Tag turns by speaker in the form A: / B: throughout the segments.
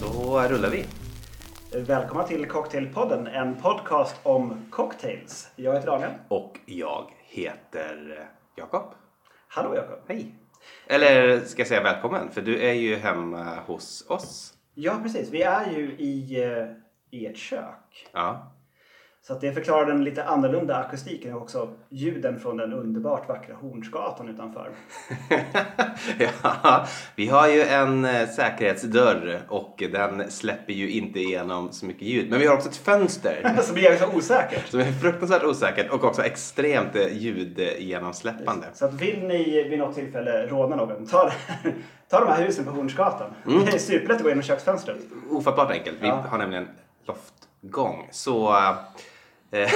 A: då rullar vi.
B: Välkomna till Cocktailpodden, en podcast om cocktails. Jag heter Daniel.
A: Och jag heter eh, Jakob.
B: Hallå Jakob.
A: Hej. Eller ska jag säga välkommen? För du är ju hemma hos oss.
B: Ja, precis. Vi är ju i, eh, i ett kök.
A: Ja.
B: Så att det förklarar den lite annorlunda akustiken och också ljuden från den underbart vackra Hornsgatan utanför.
A: ja. Vi har ju en eh, säkerhetsdörr och den släpper ju inte igenom så mycket ljud. Men vi har också ett fönster
B: Så blir jag så osäker.
A: som är fruktansvärt osäkert och också extremt eh, ljudgenomsläppande.
B: Så att vill ni vid något tillfälle råna någon, ta, ta de här husen på Hornsgatan. Det är superlätt att gå genom köksfönstret.
A: ofattbart enkelt. Vi
B: Ja.
A: har nämligen loftgång. Så eh,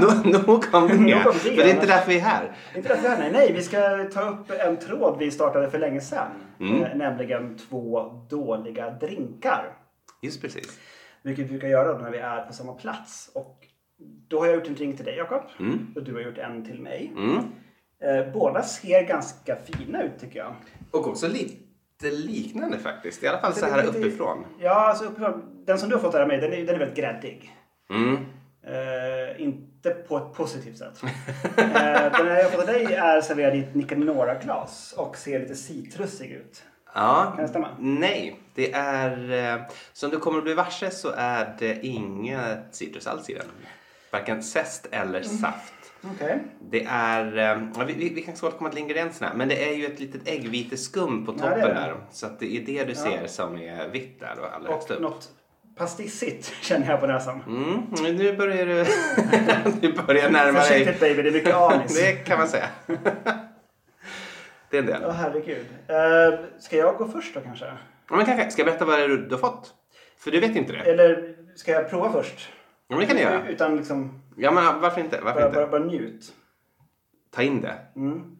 A: nog- nog om det.
B: Nog om det,
A: För det är inte
B: annars-
A: därför vi är här.
B: Inte därför jag är här. nej, vi ska ta upp en tråd vi startade för länge sedan. Eh, Nämligen två dåliga drinkar.
A: Just precis.
B: Vilket vi brukar göra när vi är på samma plats. Och då har jag gjort en drink till dig Jakob. Och du har gjort en till mig.
A: Mm.
B: Eh, båda ser ganska fina ut tycker jag.
A: Och också lite liknande faktiskt. I alla fall så
B: Det-
A: här
B: det- det-
A: uppifrån.
B: Ja, alltså uppifrån. Den som du har fått här av mig, den är, den är väldigt gräddig.
A: Mm.
B: Eh, inte på ett positivt sätt. eh, den här jag har fått av dig är serverad i ett Nicanora-glas och ser lite citrusig ut.
A: Ja.
B: Kan det stämma?
A: Nej, det är... eh, Som du kommer att bli varse så är det inga citrus alls i den. Varken zest eller
B: Mm.
A: saft.
B: Okej.
A: Det är, eh, ja, vi, vi, vi kan återkomma till ingredienserna, men det är ju ett litet äggviteskum på
B: Ja, det är
A: toppen
B: det.
A: där. Så att det är det du ser som är vitt där och allra högst
B: Och
A: upp.
B: något pastissigt känner jag på näsan.
A: Mm, nu börjar du, du börjar närma dig.
B: Försiktigt baby, det är mycket anis.
A: Det kan man säga. det är en del.
B: Ja, herregud. Eh, ska jag gå först då kanske?
A: Ja, Men kanske, ska jag berätta vad det är du, du har fått? För du vet inte det.
B: Eller ska jag prova först?
A: Ja, men det kan du göra.
B: Utan liksom,
A: Ja, men varför inte? Varför
B: bara,
A: inte?
B: bara, bara njut.
A: Ta in det.
B: Mm.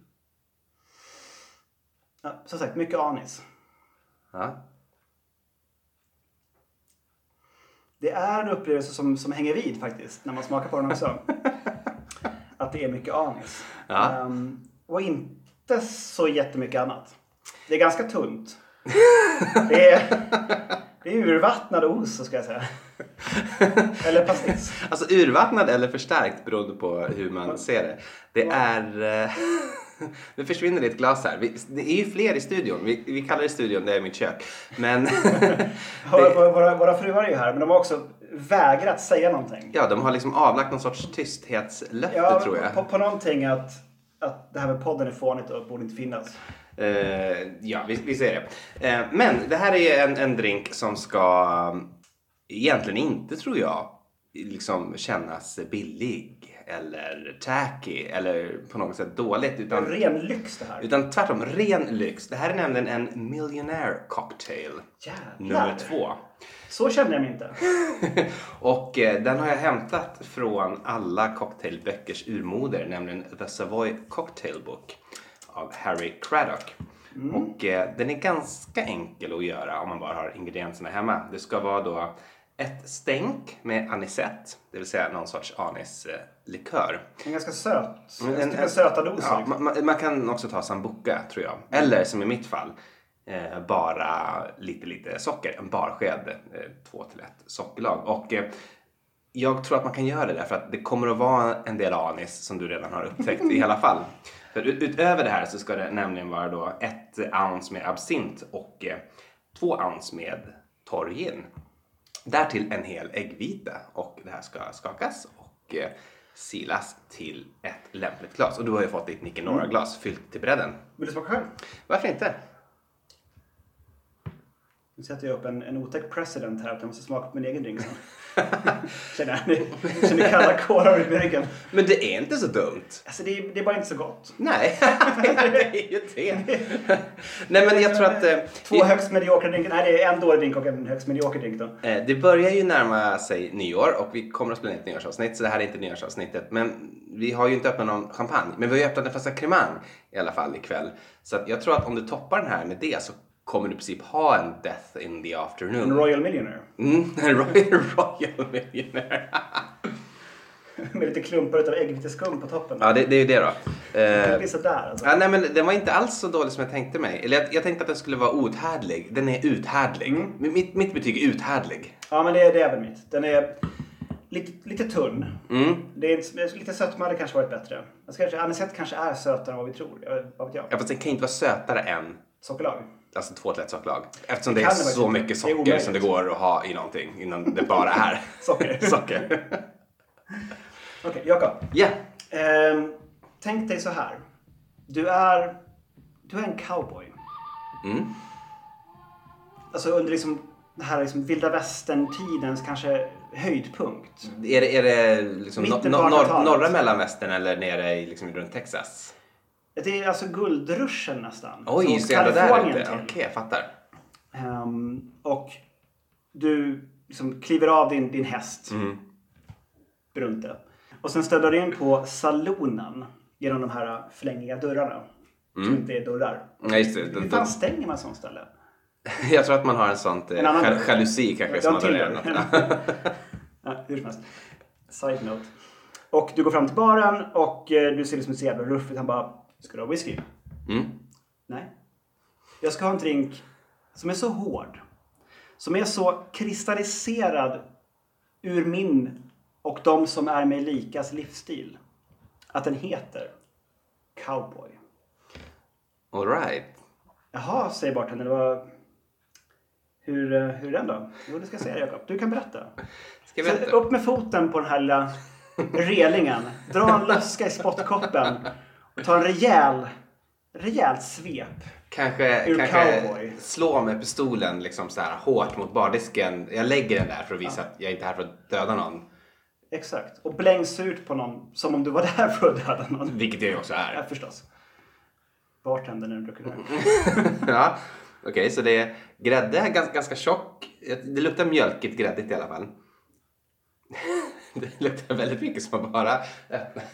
B: Ja, som sagt, mycket anis.
A: Ja.
B: Det är en upplevelse som, som hänger vid faktiskt, när man smakar på den också. Att det är mycket anis.
A: Ja.
B: Ehm, och inte så jättemycket annat. Det är ganska tunt. Det är, det är urvattnad os, så ska jag säga. Eller pastis.
A: Alltså urvattnad eller förstärkt beroende på hur man ser det. Det är... eh, Nu försvinner ditt glas här. Vi, det är ju fler i studion. Vi, vi kallar det studion, det är mitt kök. Men
B: Våra, våra- våra, våra fruar är ju här, men de har också vägrat säga någonting.
A: ja, de har liksom avlagt någon sorts tysthetslöfte tror jag.
B: På, på någonting att, att det här med podden är fånigt och borde inte finnas.
A: Eh, ja, vi, vi ser det. Eh, men det här är en, en drink som ska um, egentligen inte, tror jag, liksom kännas billig eller tacky eller på något sätt dåligt.
B: Det är
A: Utan
B: ren lyx det här.
A: Utan tvärtom, ren lyx. Det här är nämligen en millionaire cocktail. Nummer
B: Jävlar!
A: två.
B: Så kände jag mig inte.
A: Och eh, den har jag hämtat från alla cocktailböckers urmoder, nämligen The Savoy Cocktail Book av Harry Craddock. Och eh, den är ganska enkel att göra om man bara har ingredienserna hemma. Det ska vara då ett stänk med anisett, det vill säga någon sorts anislikör.
B: En ganska söt.
A: Men
B: En,
A: en-
B: en söta liksom. doser.
A: Ja, man, man- man kan också ta sambuca tror jag. Eller som i mitt fall, eh, bara lite, lite socker. En barsked, eh, två till ett sockerlag. Och eh, jag tror att man kan göra det där för att det kommer att vara en del anis som du redan har upptäckt i alla fall. För ut- utöver det här så ska det nämligen vara då ett ounce med absint och eh, två ounce med torr gin. Därtill en hel äggvita och det här ska skakas och eh, silas till ett lämpligt glas. Och du har ju fått ditt Nicke Norra-glas fyllt till bredden.
B: Vill du smaka själv?
A: Varför inte?
B: Nu sätter jag upp en, en otäck president här att jag måste smaka på min egen drink sen. känner jag. Känner kalla kårar i ryggen.
A: Men det är inte så dumt.
B: Alltså det är, det är bara inte så gott.
A: Nej, det är ju det. Nej, men jag tror att eh,
B: Två högst mediokra drinkar. Nej, det är en dålig drink och en högst medioker drink då.
A: eh, det börjar ju närma sig nyår och vi kommer att spela in ett nyårsavsnitt så det här är inte nyårsavsnittet. Men vi har ju inte öppnat någon champagne, men vi har ju öppnat en flaska cremant i alla fall ikväll. Så att jag tror att om du toppar den här med det så kommer du i princip ha en death in the afternoon.
B: En Royal Millionaire.
A: Mm, en Royal, Royal Millionaire.
B: Med lite klumpar utav äggviteskum på toppen.
A: Ja, det, det är ju det då.
B: Det
A: Eh,
B: blir sådär alltså.
A: ja, nej, men den var inte alls så dålig som jag tänkte mig. Eller jag, jag tänkte att den skulle vara outhärdlig. Den är uthärdlig. M- Mitt, mitt betyg är uthärdlig.
B: Ja, men det, det är väl mitt. Den är lite, lite tunn.
A: Mm.
B: Det är inte- lite sötma hade kanske varit bättre. Jag ska, Anisette kanske är sötare än vad vi tror. Jag, vad vet
A: Ja,
B: jag?
A: fast den kan ju inte vara sötare än
B: Sockerlag.
A: alltså, två till ett sockerlag. Eftersom det,
B: Det
A: är
B: kan det
A: så
B: faktiskt
A: mycket
B: inte. Det
A: socker
B: är
A: som det
B: omöjligt.
A: går att ha i någonting innan det bara är
B: Socker.
A: socker.
B: Okej, Jakob.
A: Ja,
B: Ehm, tänk dig så här. Du är, du är en cowboy.
A: Mm.
B: Alltså under liksom, den här liksom vilda västern-tidens kanske höjdpunkt.
A: är det, är det liksom no,
B: Mitten
A: no,
B: på
A: norr,
B: 1800-talet.
A: norra mellanvästern eller nere i, liksom, runt Texas?
B: Det är alltså guldruschen nästan. som
A: Oj,
B: åkte
A: så jävla där
B: Kalifornien
A: ute. Okej,
B: till.
A: jag fattar.
B: Ehm, och du liksom kliver av din, din häst.
A: Mm.
B: Brunte. Och sen ställer du in på salonen genom de här flängiga dörrarna.
A: Mm.
B: Som inte är dörrar.
A: Nej, just det.
B: Hur
A: Den-
B: fan stänger man sån ställe?
A: Jag tror att man har en sån eh,
B: En annan-
A: jal- jalusi kanske som
B: Ja,
A: man drar ner något.
B: Tinder. ja, hur som helst. Side note. Och du går fram till baren och eh, du ser liksom så jävla ruffigt. Han bara, ska du ha whisky?
A: Mm.
B: Nej. Jag ska ha en drink som är så hård. Som är så kristalliserad ur min och de som är mig likas livsstil. Att den heter cowboy.
A: All right.
B: Jaha, säger bartendern. Det var... Hur, eh, hur är den då? Jo, det ska jag säga Jakob. Du kan berätta.
A: Ska vi
B: Så
A: vänta?
B: upp med foten på den här lilla relingen. Dra en löska i spottkoppen. Och ta en rejäl, rejält svep.
A: Kanske,
B: Ur
A: kanske
B: cowboy.
A: slå med pistolen liksom så här hårt mot bardisken. Jag lägger den där för att visa att jag inte är här för att döda någon.
B: Exakt. Och bläng surt på någon som om du var där för att döda någon.
A: Vilket jag ju också
B: Ja,
A: är.
B: förstås. Bartendern när du dricker öl.
A: ja. Okej, så det är grädde, ganska, ganska tjock. Det luktar mjölkigt gräddigt i alla fall. det luktar väldigt mycket som att bara öppna.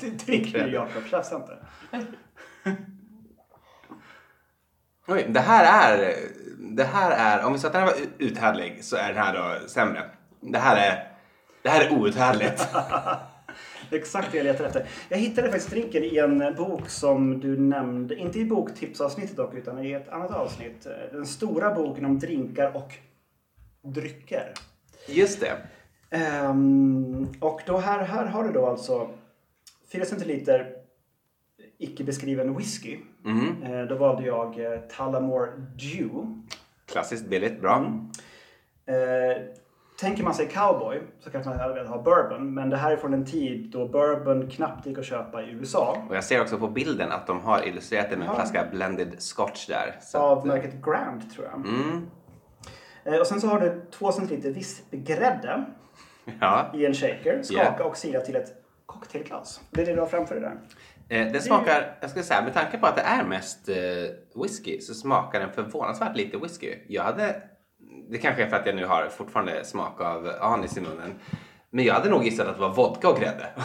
B: Du dricker nu Jakob, tjafsa inte.
A: Oj, det här är... Det här är... Om vi sa att den här var u- uthärdlig så är den här då sämre. Det här är... Det här är outhärdligt.
B: Det är exakt det jag letar efter. Jag hittade faktiskt drinken i en bok som du nämnde. Inte i boktipsavsnittet dock, utan i ett annat avsnitt. Den stora boken om drinkar och drycker.
A: Just det.
B: Ehm, och då här, här har du då alltså 4 centiliter icke beskriven whisky.
A: Mhm.
B: Eh, då valde jag eh, Tullamore Dew.
A: Klassiskt billigt, bra.
B: Eh, tänker man sig cowboy så kanske man hade velat ha bourbon. Men det här är från en tid då bourbon knappt gick att köpa i USA.
A: Och jag ser också på bilden att de har illustrerat det med en
B: Ja.
A: flaska blended scotch där. Så
B: Av märket Grand tror jag.
A: Mm.
B: Eh, och sen så har du 2 centiliter vispgrädde
A: Ja.
B: i en shaker. Skaka
A: Yeah.
B: och sila till ett cocktailglas. Det är det du har framför dig där.
A: Eh, den smakar, jag ska säga, med tanke på att det är mest eh, whisky så smakar den förvånansvärt lite whisky. Jag hade, det kanske är för att jag nu har fortfarande smak av anis i munnen. Men jag hade nog gissat att det var vodka och grädde.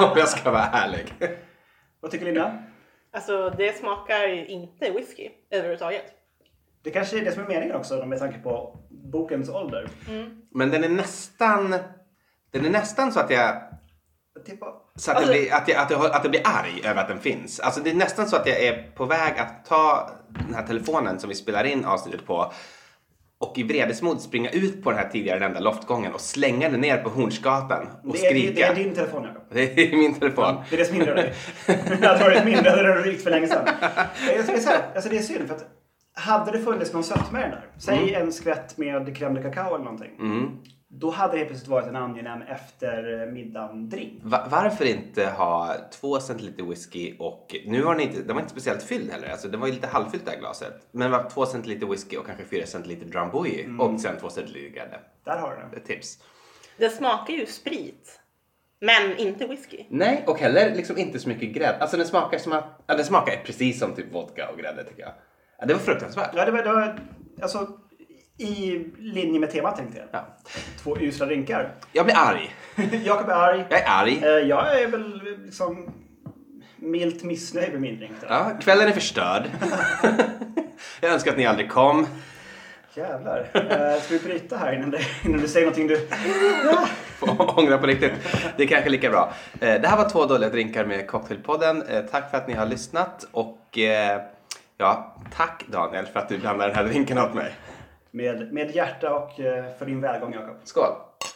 A: Om jag ska vara ärlig.
B: Vad tycker Linda?
C: Alltså det smakar ju inte whisky överhuvudtaget.
B: Det kanske är det som är meningen också med tanke på bokens ålder.
A: Men den är nästan, den är nästan så att jag
B: Det var...
A: Så att,
C: Alltså-
A: jag blir, att, jag, att, jag, att jag blir arg över att den finns. Alltså det är nästan så att jag är på väg att ta den här telefonen som vi spelar in avsnittet på och i vredesmod springa ut på den här tidigare nämnda loftgången och slänga den ner på Hornsgatan och
B: det, är, det, det
A: skrika.
B: är din telefon Jakob.
A: Det är min telefon.
B: Det är det som hindrar dig. Hade varit min, då hade den rykt för länge sedan. Jag ska säga, alltså det är synd för att hade det funnits någon sötma i den där, säg
A: Mm.
B: en skvätt med crème de cacao eller någonting. Då hade det plötsligt varit en angenäm eh, eftermiddag-drink.
A: Va- varför inte ha två centiliter whisky och nu har ni inte, den var inte speciellt fylld heller, alltså den var ju lite halvfyllt det här glaset. Men var två centiliter whisky och kanske fyra centiliter Drambuie
B: Mm.
A: och sen två centiliter grädde.
B: Där har du den.
A: Ett tips.
C: Det smakar ju sprit. Men inte whisky.
A: Nej, och heller liksom inte så mycket grädde. Alltså den smakar som att... Ja, den smakar precis som typ vodka och grädde tycker jag. Ja, det var fruktansvärt.
B: Ja, det var, det var alltså i linje med temat tänkte jag.
A: Ja.
B: Två usla drinkar.
A: Jag blir arg.
B: Jakob är arg.
A: Jag är arg.
B: Eh, Jag är väl liksom milt missnöjd med min drink. Då.
A: Ja, kvällen är förstörd. jag önskar att ni aldrig kom.
B: Jävlar. Eh, ska vi bryta här innan du, innan du säger någonting du...
A: Få Ångra på riktigt. Det är kanske lika bra. Eh, Det här var två dåliga drinkar med Cocktailpodden. Eh, Tack för att ni har lyssnat och eh, ja, tack Daniel för att du blandar den här drinken åt mig.
B: Med, med hjärta och eh, för din välgång Jakob.
A: Skål!